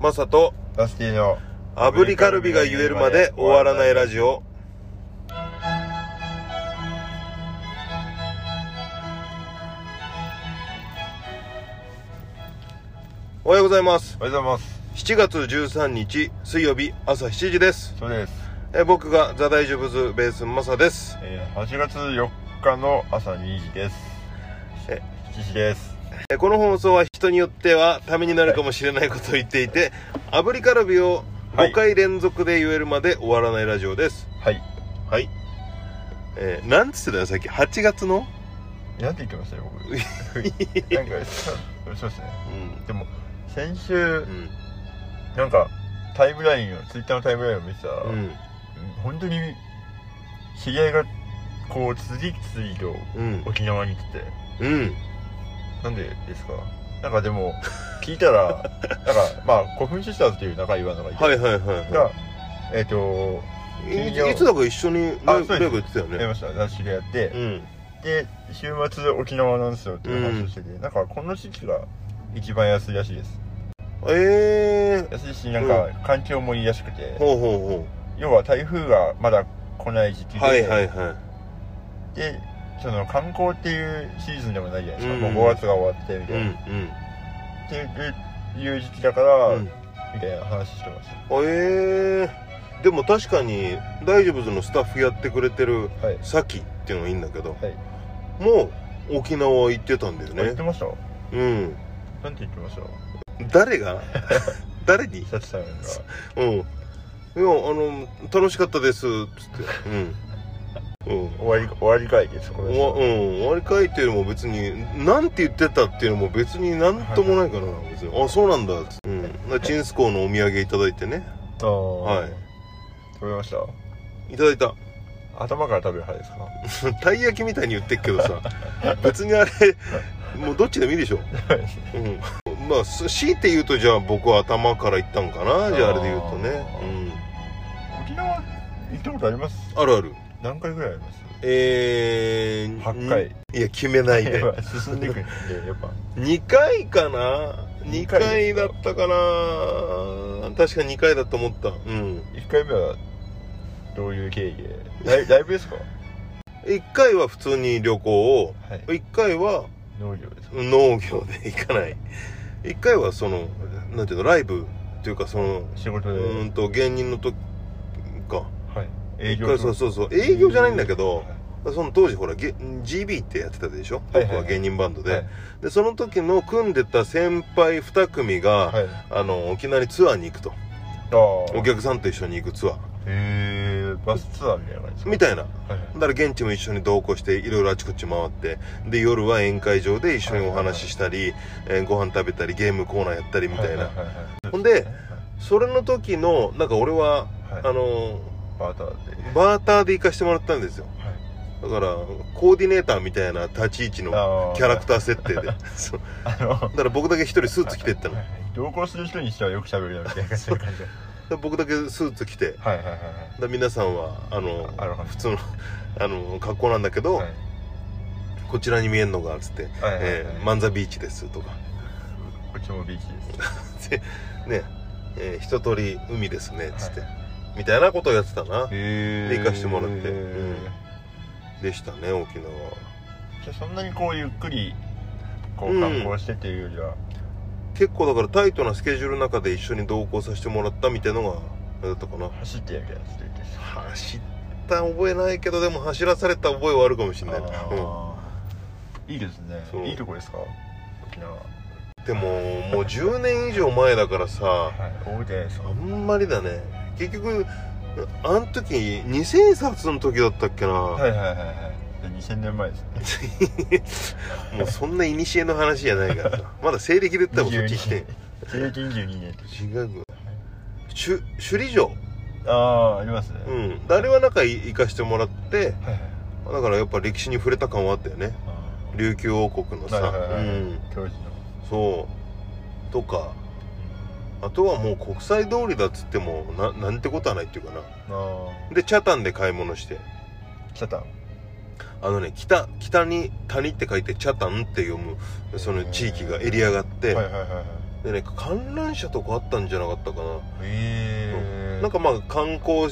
マサとラスティの炙りカルビが言えるまで終わらないラジオおはようございますおはようございます7月13日水曜日朝7時ですそうです、え僕がザ・大丈夫ズベースマサですえー、8月4日の朝2時ですえ7時ですえこの放送は人によってはためになるかもしれないことを言っていて炙りカルビをはい5回連続で言えるまで終わらないラジオですはいはいえー、なんつってたよさっき8月のなんて言ってましたよ 僕なんかそうそうですねうんでも先週うんなんかタイムラインをツイッターのタイムラインを見てたら、ううん、ん本当に知り合いがこう次々とうん沖縄に来てうんなんでですかなんか でも聞いたらなんかまあ古墳シスターズっていう仲岩のがいて、はいはいはいがはえっ、といい金曜いつだか一緒にあラそイブうですライブやってたよ出ねました雑誌でやって、うんで週末沖縄なんですよっていう話をしてて、なんかこの時期が一番安いらしいですええ安いしなんか環境もいいらしくて、ほうほうほ要は台風がまだ来ない時期で,、うはいはいはでその観光っていうシーズンでもないじゃないですか、うんもう5月が終わってみいたういな、っんていういう時期だから、うんうんみたいな話してましええでも確かに大丈夫ズのスタッフやってくれてるたはいサキっていうのがいいんだけどはい、もう沖縄行ってたんだよ言っねてましたうんなんて言ってました誰が誰にシャチさんがうんいやあの楽しかったですっつってうんうん終わり終わり会ですこれおわうん、終わり会っていうのも別になんて言ってたっていうのも別になんともないからな別にあそうなんだっつってうんだからチンスコーのお土産いただいてねああはい食べましたいただいた頭から食べる派ですかたい焼きみたいに言ってっけどさ別にあれもうどっちでもいいでしょ、うん、まあす強いて言うとじゃあ僕は頭からいったんかなじゃああれで言うとあね沖縄行ったことありますうんあるある何回ぐらいありますえー、 8回いや決めないでやっぱ進んでいくんでやっぱ2回かな2二回回だったかな確か2回だと思ったうん1回目はどういう経 緯でライライブですか1回は普通に旅行をはい1回は農業ですか農業で行かない1回はそのなんていうのライブっていうかその仕事うで、ーんと芸人の時かはい営業一回とそうそうそう営業じゃないんだけどは、その当時ほらゲ GB ってやってたでしょはいはいはい僕は芸人バンドで、はいでその時の組んでた先輩2組が、い、はい、あの沖縄にツアーに行くとあおあ客さんと一緒に行くツアーへえバスツアーみたいな感じですかみたいなはだいから現地も一緒に同行していろいろあちこち回ってで夜は宴会場で一緒にお話ししたり、えーご飯食べたりゲームコーナーやったりみたいな、はいはいはいはいほんではいそれの時のなんか俺ははいあのバーターでバーターで行かしてもらったんですよはいだからコーディネーターみたいな立ち位置のあキャラクタター設定 でそうーあのだから僕だけ一人スーツ着てったのはいはい同行する人にしてはよく喋るなみたいなそういう感じでで僕だけスーツ着てはいはいはいで皆さんはあのああの普通のあの格好なんだけど、はいこちらに見えるのがつってはいはいはいえー「マンザビーチです」とか こっちもビーチです「ねえー一通り海ですね」つって、みたいなことをやってたなへで行かしてもらってうんうんでしたね沖縄はじゃあそんなにこうゆっくりこう観光してっていうよりは、結構だからタイトなスケジュールの中で一緒に同行させてもらったみたいのがあれだったかな走ってやるやつと言ってさ走った覚えないけどでも走らされた覚えはあるかもしれないな、うんあーいいですねそういいとこですか沖縄はでももう10年以上前だからさい覚えてないですかあんまりだね結局あの時2000冊の時だったっけな、はいはいはいはいで2000年前です ねもうそんな古の話じゃないからさまだ西暦で言ったらもうそっち来て平均22年違うしゅ首里城ああーありますね、うはんであれはなんかい行かしてもらっていはいだからやっぱ歴史に触れた感はあったよねあ琉球王国のーはいさ、はいはいはういん教授のそうとかあとはもう国際通りだっつってもななんてことはないっていうかなああで北谷で買い物して北谷あのね北北に谷って書いて北谷って読むその地域がエリアがあって、はいはいはいはいでね観覧車とかあったんじゃなかったかなええなんかまあ観光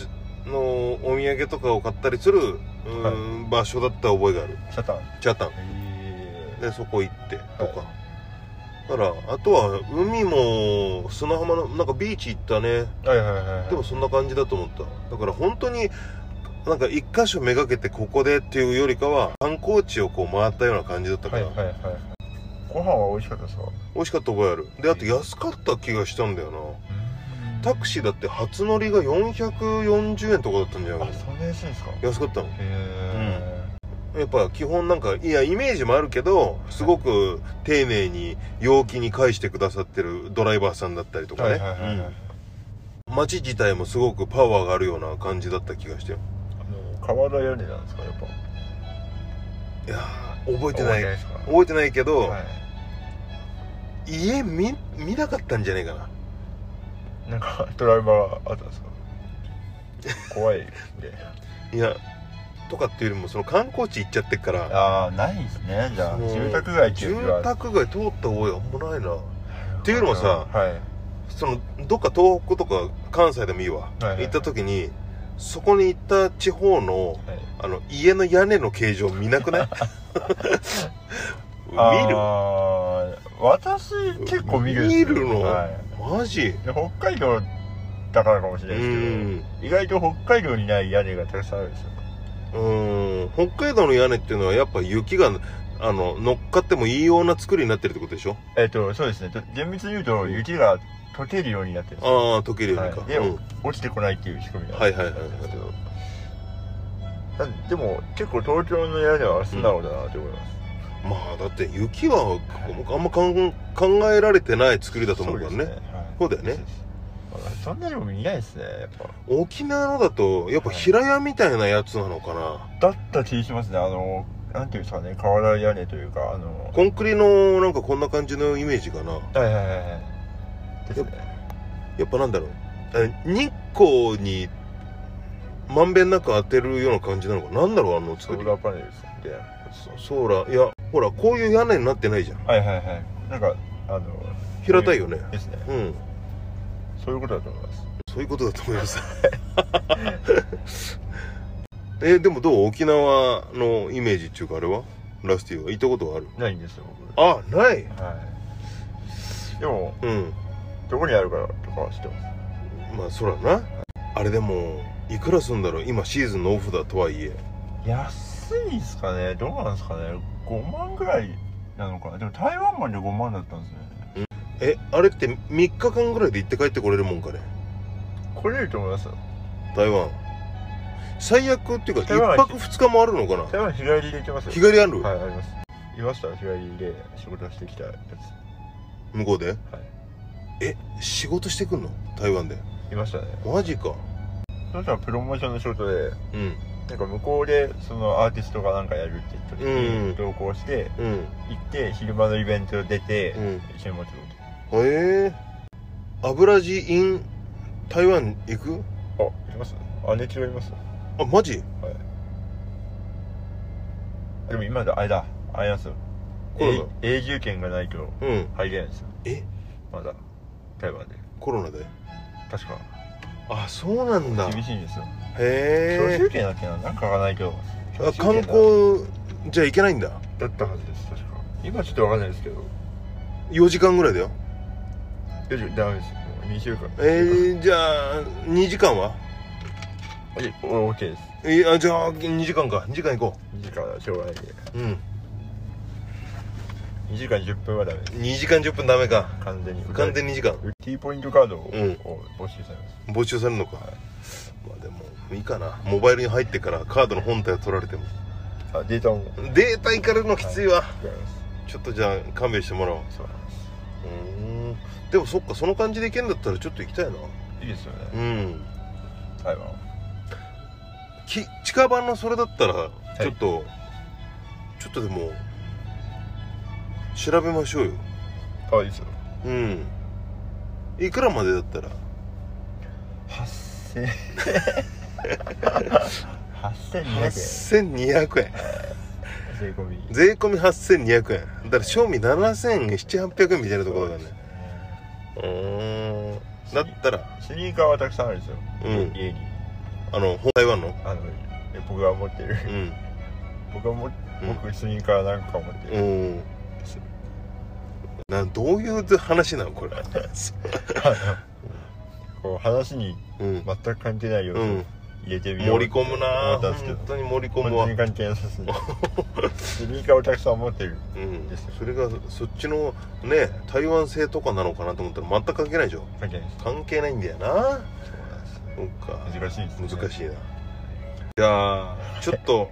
のお土産とかを買ったりする、うーん場所だった覚えがあるシャタンチャタンええでそこ行ってとか、だからあとは海も砂浜のなんかビーチ行ったねはいはいはいはいでもそんな感じだと思っただから本当になんか一箇所めがけてここでっていうよりかは観光地をこう回ったような感じだったかはいら、はいはいはいご飯は美味しかったですか美味しかった覚えあるであと安かった気がしたんだよなタクシーだって初乗りが440円とかだったんじゃないあかなそんな安いんですかへ安かったのえやっぱ基本なんかいやイメージもあるけどすごく丁寧に陽気に返してくださってるドライバーさんだったりとかね、はいはいはいはいうん街自体もすごくパワーがあるような感じだった気がしていあの瓦屋根なんですかやっぱやー覚えてないですか覚えてないけど、はい家見見なかったんじゃないかななんかドライバーあったんですか怖いんでいやとかっていうよりもその観光地行っちゃってっからああないですねじゃあもう住宅街ってい住うよりは宅街通った覚えあんまないなっていうのもさはいそのどっか東北とか関西でもいいわ、はいはい行った時にそこに行った地方のはいあの家の屋根の形状見なく ない見るあー私結構見るんですよ見るのはいマジで北海道だからかもしうれないですんけど意外と北海道にない屋根がたくさんあるんですようん北海道の屋根っていうのはやっぱ雪があの乗っかってもいいような作りになってるってことでしょえっ、とそうですねと厳密に言うと雪が溶けるようになってるんですよああ溶けるようにか、はいでうん落ちてこないっていう仕組みなんはでいはいはいはいすけど、なんでも結構東京の屋根は素直だなと思います、まあだって雪はあんまかん考えられてない作りだと思うからねですはいそうだよねすすそんなにも見ないですねやっぱ沖縄のだとやっぱ平屋みたいなやつなのかな、だった気しますねあのなんていうんですかね瓦屋根というかあのコンクリのなんかこんな感じのイメージかなはいはいはいはいですねやっぱなんだろうあ日光にまんべんなく当てるような感じなのかなんだろうあのソ作りーラーパネルですんではソソーラーいやほらこういう屋根になってないじゃんいはいはいなんかあの平たいよねですねうんそういうことだと思いますそういうことだと思います えでもどう沖縄のイメージっていうかあれはラスティは行ったことはあるないんですよ僕あないはいでもうんどこにあるかとかは知ってますまあそらなあれでもいくらすんだろう今シーズンのオフだとはいえ安いんすかねどうなんですかね5万ぐらいなのかなでも台湾まで5万だったんですねえあれって3日間ぐらいで行って帰ってこれるもんかね来れると思います台湾最悪っていうか台湾は1泊2日もあるのかな台湾日帰りで行けますよ日帰りある、はいありますいました日帰りで仕事してきたやつ向こうで、え仕事してくんの台湾でいましたねマジかそしたらプロモーションの仕事でうんなんか向こうでそのアーティストがなんかやるって言った時うにん同行してうん行って昼間のイベント出てうん一緒に持ち戻ってええ油地 in 台湾行くあいます姉貴がいますあマジでも今だあれだあれなんですよコロナえ永住権がないとうん入れないんですよえまだ台湾でコロナで確かあそうなんだ厳しいんですよ居へ住権だっけななんかがないけどえあ観光じゃ行けないんだだったはずです確か今ちょっとわかんないですけど4時間ぐらいだよ大丈夫ダメですもう2週間えー、じゃあ2時間はえお OK ですえあじゃあ2時間か2時間行こ2時間はしょうがないんでううん2時間10分はダメです2時間10分ダメか完全に完全に2時間 T ポイントカードをうんを募集されます募集されるのか、まあでもいいかなモバイルに入ってからカードの本体を取られてもあデータもデータいかれるのきついわ、使いますちょっとじゃあ勘弁してもらおうそうなんですうーんでもそっかその感じで行けんだったらちょっと行きたいないいですよねうん台湾き近場のそれだったらちょっと、ちょっとでも調べましょうよかわいいですようんいくらまでだったら 8000 8200 8200円円税込み税込み8200円だから賞味7700円みたいなところだねねうーんだったらスニーカーはたくさんあるんですよ、うん家にあの本台湾のあのえ僕が持ってる うん僕はもうん僕スニーカー何個か持ってうる、んなどういう話なのこれ こう話にうん、全く関係ないよううにん、入れてみよう盛り込むな思ったんですけ本ど当に盛り込本む当わに関係なさ すぎてスニーカーをたくさん持ってるうんですよ、それがそっちのね台湾製とかなのかなと思ったら全く関係ないでしょ関係ないです関係ないんだよなそうなんですそっか難しいですね難しいなじゃあちょっと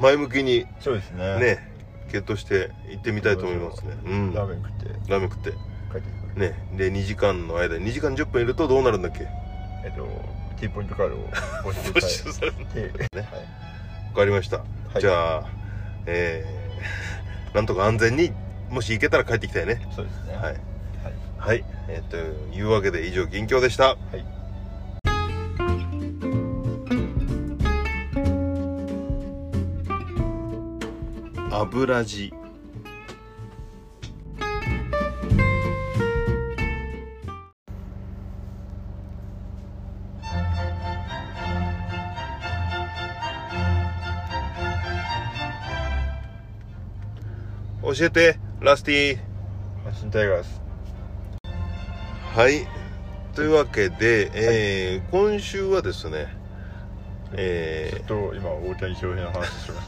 前向きにそうですねねゲットして行ってみたいと思いますねうんラーメン食ってラーメン食って帰ってくるねで2時間の間2時間10分いるとどうなるんだっけえっと T ポイントカードを募 集募し集されるてねはいわかりました、はいじゃあえーなんとか安全にもし行けたら帰ってきたいねそうですねはいはいはいえーというわけで以上銀鏡でしたはい油地教えてラスティ阪神タイガースはいというわけで、えー今週はですねえちょっと今大谷翔平の話してま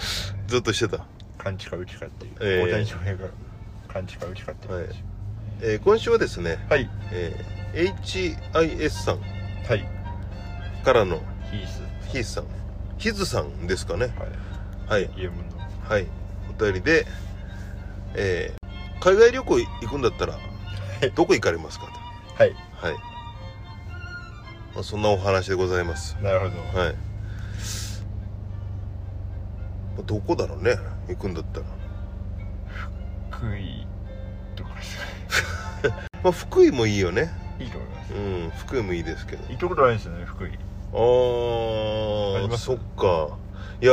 すーずっとしてた、勘違うちかっていう、ええ大谷翔平が勘違うちかっていう話えー今週はですね、はいえー HIS さんはいからのヒースヒースさんヒズさんですかねはいはいイエムのはいお便りで、えー海外旅行行くんだったらいどこ行かれますかはいとはい、まあ、そんなお話でございますなるほどはいまあどこだろうね行くんだったら、福井とかですかねまあ、福井もいいよねいいと思いますうん福井もいいですけど行ったことないですよね福井あありあますそっかいや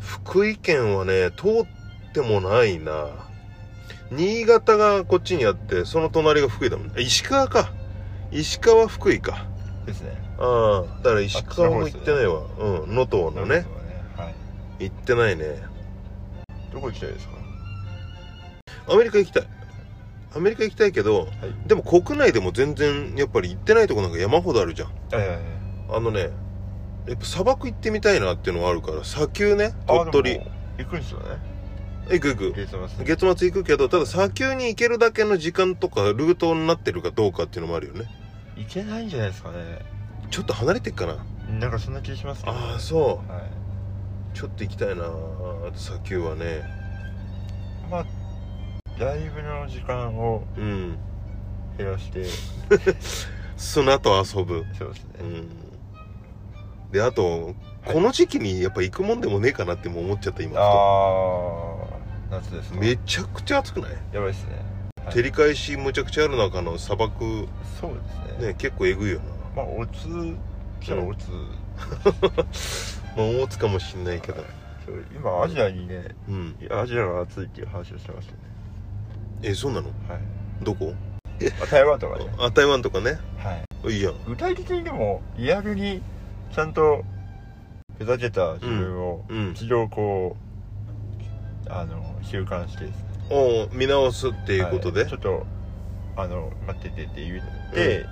福井県はね通ってもないな新潟がこっちにあってその隣が福井だもんね石川か石川福井かですねああだから石川も行ってないわうん能登のなるねほどはい行ってないねどこ行きたいですかアメリカ行きたいアメリカ行きたいけどはいでも国内でも全然やっぱり行ってないとこなんか山ほどあるじゃんえあのねやっぱ砂漠行ってみたいなっていうのがあるから砂丘ねえ鳥取行くんですよね行く行く月末月末行くけどただ砂丘に行けるだけの時間とかルートになってるかどうかっていうのもあるよね行けないんじゃないですかねちょっと離れてっかななんかそんな気しますけどああそはうちょっと行きたいな砂丘はねいまあライブの時間をうん減らして砂と遊ぶそうですねうんであとこの時期にやっぱ行くもんでもねえかなっても思っちゃった今ふああ夏ですとかめちゃくちゃ暑くないやばいですねはい照り返しむちゃくちゃある中の砂漠そうですねね結構えぐいよなまあおつじゃあおつ、 まあ大津かもしんないけどそう今アジアにねうんいやアジアが暑いっていう話をしてましたねえそうなのはい、どこまあ、台湾とかねあ台湾とかねはいいいやん具体的にでもリアルにちゃんとふざけた自分をうん一度こう、あの習慣してですねを見直すっていうことで、はいちょっとあの待っててって言って、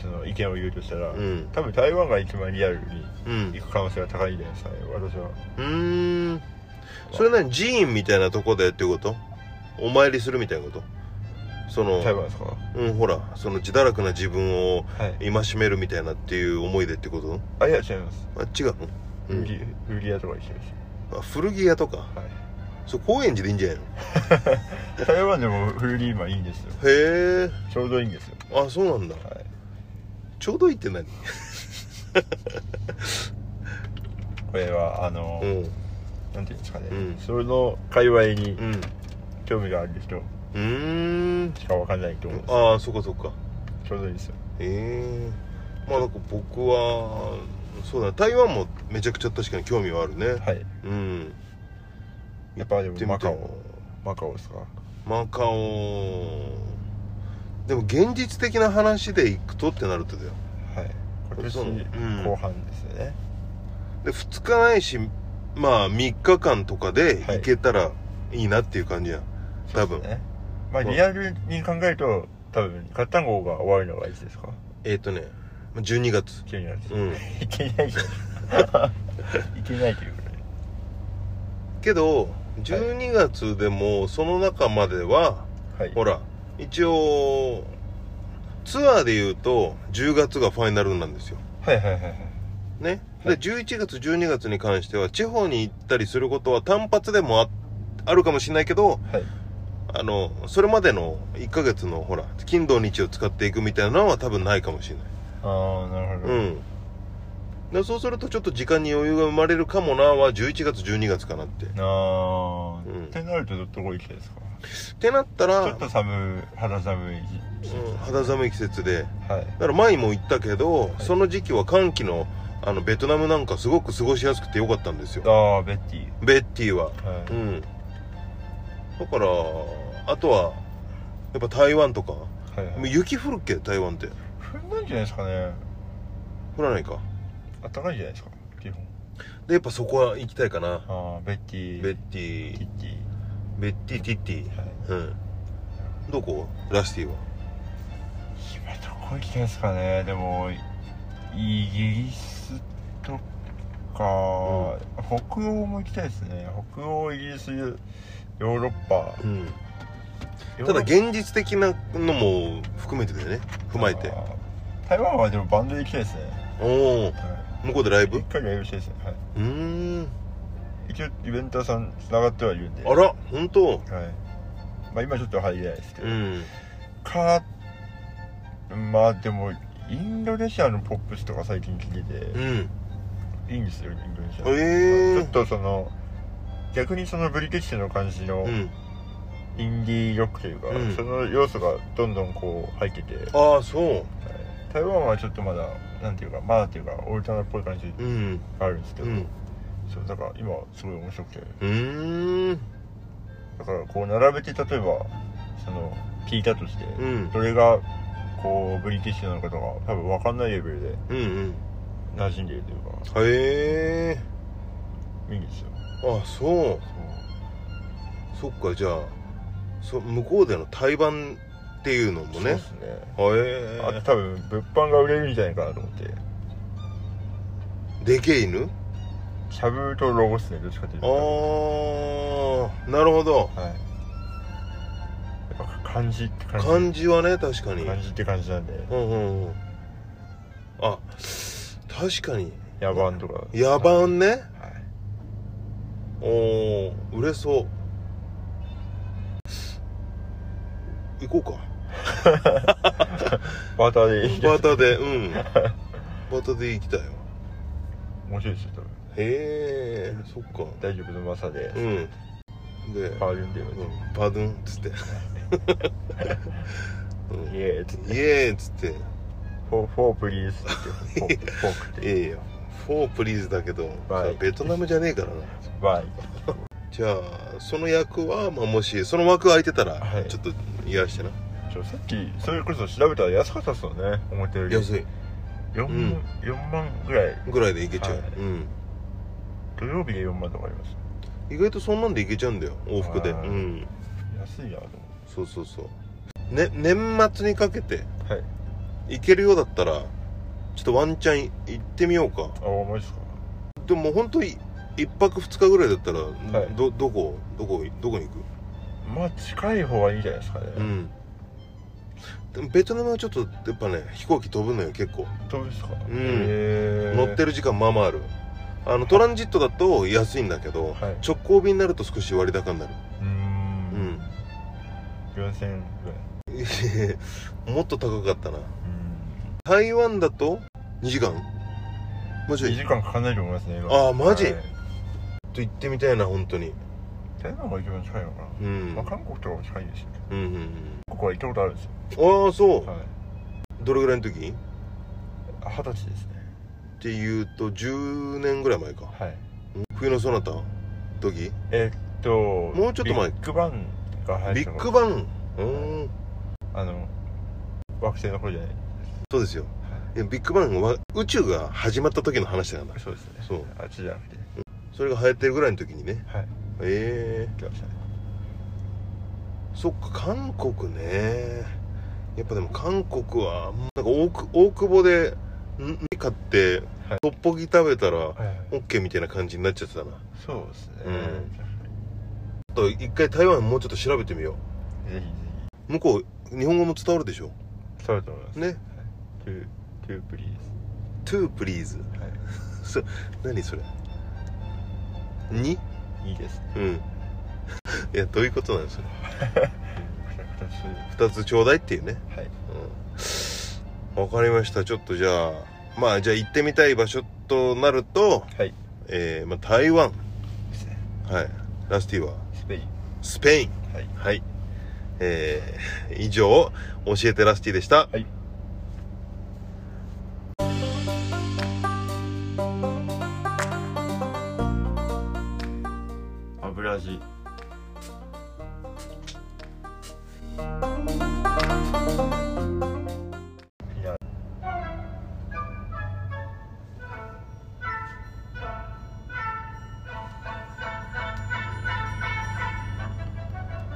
その意見を言うとしたら、うん多分台湾が一番リアルにうん行く可能性が高いんじゃないですかね私はうーんそれなに寺院みたいなとこでってことお参りするみたいなことその台湾ですかはうんほらその自堕落な自分をい戒めるみたいなっていう思いでってことあいや違いますあ違うの、う古ん、着古着屋とか行きたいですあ古着屋とかはいそう高円寺でいいんじゃないの台湾でもフルリーマンいいんですよへえちょうどいいんですよあそうなんだはいちょうどいいって何 これはあの、うんなんていうんですかね、うんその界隈にうんう興味がある人ーんしかわかんないと思うんですよああそっかそっかちょうどいいですよええまあなんか僕はそうだ台湾もめちゃくちゃ確かに興味はあるね、はいうんやっぱでも行ってマみカたいオマカオですかマカオでも現実的な話でいくとってなるとだよはい今そううん年後半ですよね、で2日ないしまあ3日間とかで行けたらいいなっていう感じやん、多分そうですねまあうんリアルに考えると多分カッタン号が終わるのがいつですかえっ、とね12月気になるうんいけ ないじゃんいけないというぐらいけど12月でもその中までは、はいほら一応ツアーで言うと10月がファイナルなんですよはいはいはいはいね、はでい11月12月に関しては地方に行ったりすることは単発でもああるかもしれないけどはいあのそれまでの1ヶ月のほら金土日を使っていくみたいなのは多分ないかもしれないああなるほど、うんでそうするとちょっと時間に余裕が生まれるかもなは11月12月かなってっあーうんってなるとどどこ行きたいですかてなったちょらっと寒い肌寒い季節うん肌寒い季節ではいだから前も言ったけど、その時期は寒気のあのベトナムなんかすごく過ごしやすくてよかったんですよああベッティベッティははうい、んだからあとはやっぱ台湾とかもはいはうい雪降るっけ台湾って降んないんじゃないですかね降らないかあったかいんじゃないですか基本でやっぱそこは行きたいかなああベッティベッテティィティベッティティッティはいうんどこラスティは今どこ行きたいですかねでもイギリスとか、北欧も行きたいですね北欧イギリスヨーロッパうんヨーたロだッパ現実的なのも含めてだよね踏まえて台湾はでもバンドで行きたいですね、おおは向こうでライブい、一回ライブしたいですね、はいうーん一応イベント屋さんつながってはいるんであら本当はいまあ今ちょっと入れないですけど、うんかまあでもインドネシアのポップスとか最近聞いてうてんいいんですよインドネシア、えちょっとその逆にそのブリティッシュの感じのうんインディーロックというか、うんその要素がどんどんこう入ってて、はいああそ台湾はちょっとまだなんていうかまだっていうかオルタナっぽい感じううんがあるんですけうど、んそうだから今すごい面白くてうーんだからこう並べて例えばその聞いたとして、うんどれがこうブリティッシュなのかとか多分分かんないレベルでうんうん馴染んでるというかへえいいんですよあそうそうそっかじゃあそ向こうでの対バンっていうのもそうでねすねへあと多分物販が売れるんじゃないかなと思ってえでけえ犬しゃぶとロゴっすねどっちかといあうとあなるほどはいやっぱ漢字って感じ漢字はね確かに漢字って感じなんでうんうんうんあ確かに野蛮とか野蛮ねはいおお売れそう行こうかバターでいいバターでうんバターで行きたいわ面白いですよ多分へえそっか大丈夫のマサでうんでパールンでうんパドゥンっつって、 うんイイエーイってエーイっつってフォーフォープリーズって言って フォーフォークいってやいやフォープリーズだけど、はいベトナムじゃねえからなバイじゃあその役は、まあ、もしその枠空いてたら、はいちょっと癒やしてなちょさっきそれこそ調べたら安かったっすよね思ったより安い 4,、うん4万ぐらいぐらいでいけちゃう、はいうん土曜日で4万とかあります意外とそんなんでいけちゃうんだよ往復であうーん安いなと思そうそうそうね年末にかけてってはい行けるようだったらちょっとワンチャン行ってみようかああマジっすかでも本当に一泊二日ぐらいだったら、いどどこどこどこに行くまあ近い方がいいんじゃないですかね、うんでもベトナムはちょっとやっぱね飛行機飛ぶのよ結構どうですか、んへー乗ってる時間まあまああるあのトランジットだと安いんだけど、はい直行便になると少し割高になるうーんうん4000円ぐらいもっと高かったなう台湾だと2時間もうちょん2い時間かかんないと思いますね今あーマジはいちょっと行ってみたいな本当に台湾が一番近いのかな、うんまあ、韓国とかも近いですよねうんここは行ったことあるんですうよんうんああそう、はいどれぐらいの時っあ二十歳ですねていうと10年ぐらい前かはい冬のそなた時えーっともうちょっと前ビッグバンが入ビったッ頃グバンうーんあの惑星の頃じゃないそうですよいやビッグバンは宇宙が始まった時の話なんだそうですねそうあっちじゃなくてそれが流行ってるぐらいの時にねはいええ来ましたねそっか韓国ねやっぱでも韓国はなんか大久大久保でん買ってはいトッポギ食べたらはいはいオッケーみたいな感じになっちゃってたなそうですね、うんあと一回台湾もうちょっと調べてみよぜひぜう向こう日本語も伝わるでしょひそうだと思いますねトゥトゥープリー「ズ to please は」何それにいいいですねうん いやどういうことなんそれ二つ2つちょうだいっていうねはいうんわかりましたちょっとじゃあまあじゃあ行ってみたい場所となると、はいえーまあ、台湾ですねはいラスティはスペインスペインはいはいえー、以上教えてラスティでしたはい油地いや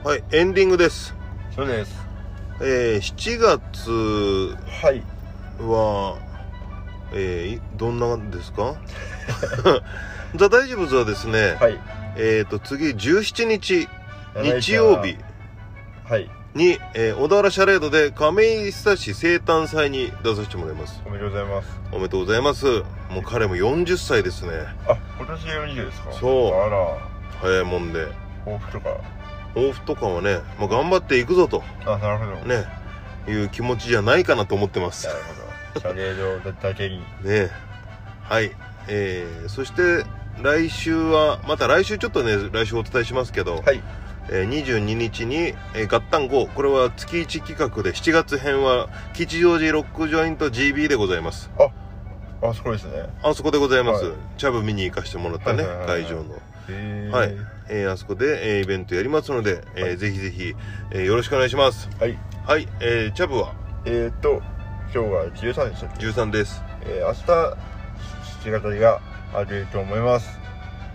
はいエンディングですそうですえー、7月はいは、えーいどんなんですか ザ・大丈夫ズはですね、はいえっ、と、次、17日、日曜日はいに、えー小田原シャレードで亀井久志生誕祭に出させてもらいます。おめでとうございますおめでとうございます。もう彼も40歳ですね。あ今年で40ですかそうあら早いもんで。抱負とか抱負とかはね、もう頑張っていくぞと、あなるほど なるね、いう気持ちじゃないかなと思ってます。ほどシャレードだけにねはいえー、そして来週はまた来週ちょっとね来週お伝えしますけど、はいえー22日に、えー合旦号これは月1企画で7月編は吉祥寺ロックジョイント GB でございますあすごいですねあそこでございます、はいチャブ見に行かせてもらったね、はいはいはいはい会場の、へえはいえーあそこで、えーイベントやりますので、えーはいぜひぜひ、えーよろしくお願いしますはいはい、えーチャブはえー、っと今日が13でしたっけ、 13ですえー、明日弾き語りがあると思います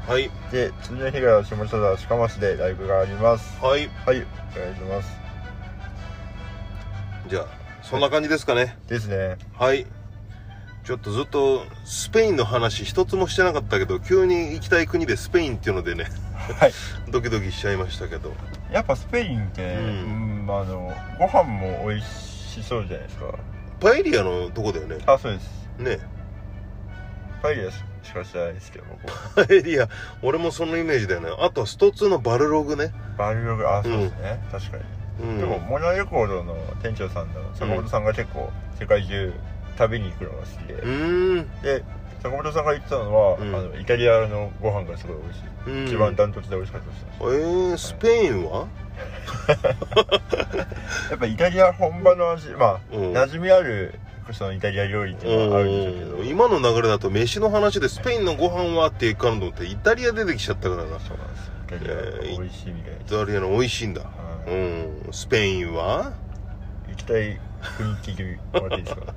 はいで次の日が下北沢しかましでライブがありますはいはいお願いしますじゃあそんな感じですかね、ですねはいちょっとずっとスペインの話一つもしてなかったけど急に行きたい国でスペインっていうのでねはい ドキドキしちゃいましたけどやっぱスペインって、ううんんあのご飯も美味しそうじゃないですかパエリアのとこだよねあそうですね パエリアしかしてないですけど僕パエリア俺もそのイメージだよねあとはスト2のバルログねバルログあそうですね、確かに、うんでもモナレコードの店長さんの坂本さんが結構世界中食べに行くのが好きで、うーんで坂本さんが言ってたのは、うんあのイタリアのご飯がすごい美味しうい、ん一番ダントツで美味しかったですえー、スペインはやっぱイタリア本場の味まあ、うん馴染みあるそのイタリア料理っていうのはあるんでしょうけどうん今の流れだと飯の話でスペインのご飯はっていかんと思ってイタリア出てきちゃったからなイそうなんですよイタリアが美味しいみたいです、タリアの美味しいんだはいうんスペインは行きたい国聞いてもらっていいですか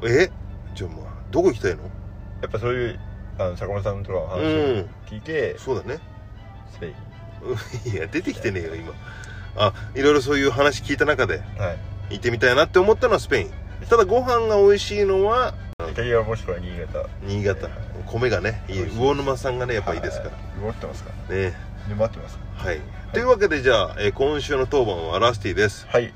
えじゃあまあどこ行きたいのやっぱそういうあの坂本さんとかの話を聞いて、そうだね スペインうんいや出てきてねえよ今あいろいろそういう話聞いた中ではい行ってみたいなって思ったのはスペインただご飯が美味しいのはイタリアもしくは新潟新潟米がねいい美味しい魚沼さんがねやっぱいいですからはい濁ってますかね沼ってますかはいというわけでじゃあ、えー今週の当番はラスティですはい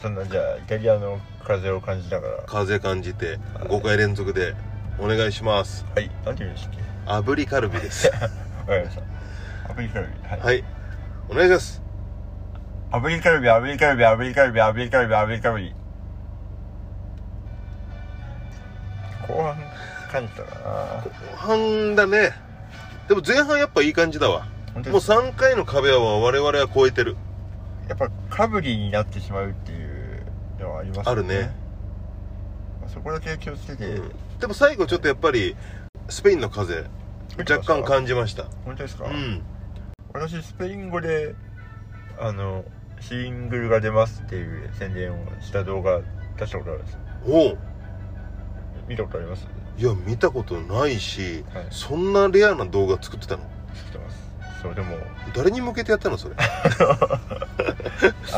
そんなじゃあイタリアの風を感じながらは風感じて5回連続でお願いしますい何て言うんでしたっけ炙りカルビです わかりましたアブリカルビはい、はいお願いしますアブリカルビアブリカルビアブリカルビアブリカルビアブリカルビ後半感じたか半だねでも前半やっぱいい感じだわな本当もうです3回の壁は我々は超えてるやっぱかぶりになってしまうっていうのはありますあるねまあそこだけ気をつけて、でも最後ちょっとやっぱりスペインの風若干感じました本当ですか、うん私スペイン語であのシングルが出ますっていう宣伝をした動画出したことあるんですおう見たことありますいや見たことないしはいそんなレアな動画作ってたの知ってますそうでも誰に向けてやったの それあ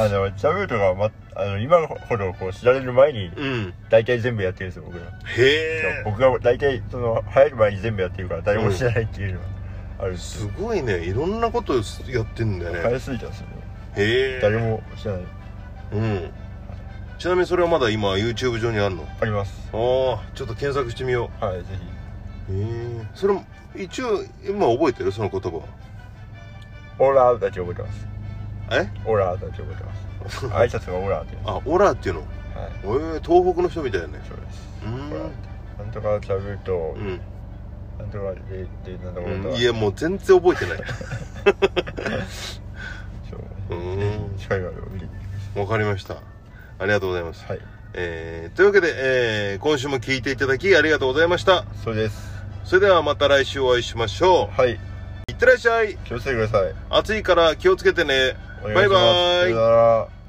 のジャブートが、ま、あの今ほどこう知られる前にうん大体全部やってるんですよ僕らへえ僕が大体その流行る前に全部やってるから誰も知らないっていうのはあるんですすよ、ごいねいろんなことやってんだよね早すぎたんですよねへ誰えも知らないうんちなみにそれはまだ今 YouTube 上にあるのありますああちょっと検索してみよはいぜひうへえそれも一応今覚えてるその言葉はオーラーだけ覚えてますえオーラーだけ覚えてます 挨拶がオーラーって言うんであオラっていうのすはいえー、東北の人みたいだねそうですうオラーんなんとかジャブートうん、なんとかででなんとかうん、いでやもう全然覚えてない そううぜひん機会があれば見に行ってくわかりましたありがとうございますださいはいえー、というわけで、えー、今週も聞いていただきありがとうございましたそうですそれではまた来週お会いしましょはいういってらっしゃい気をつけてください暑いから気をつけてねおバ願いしますイバーイさよなら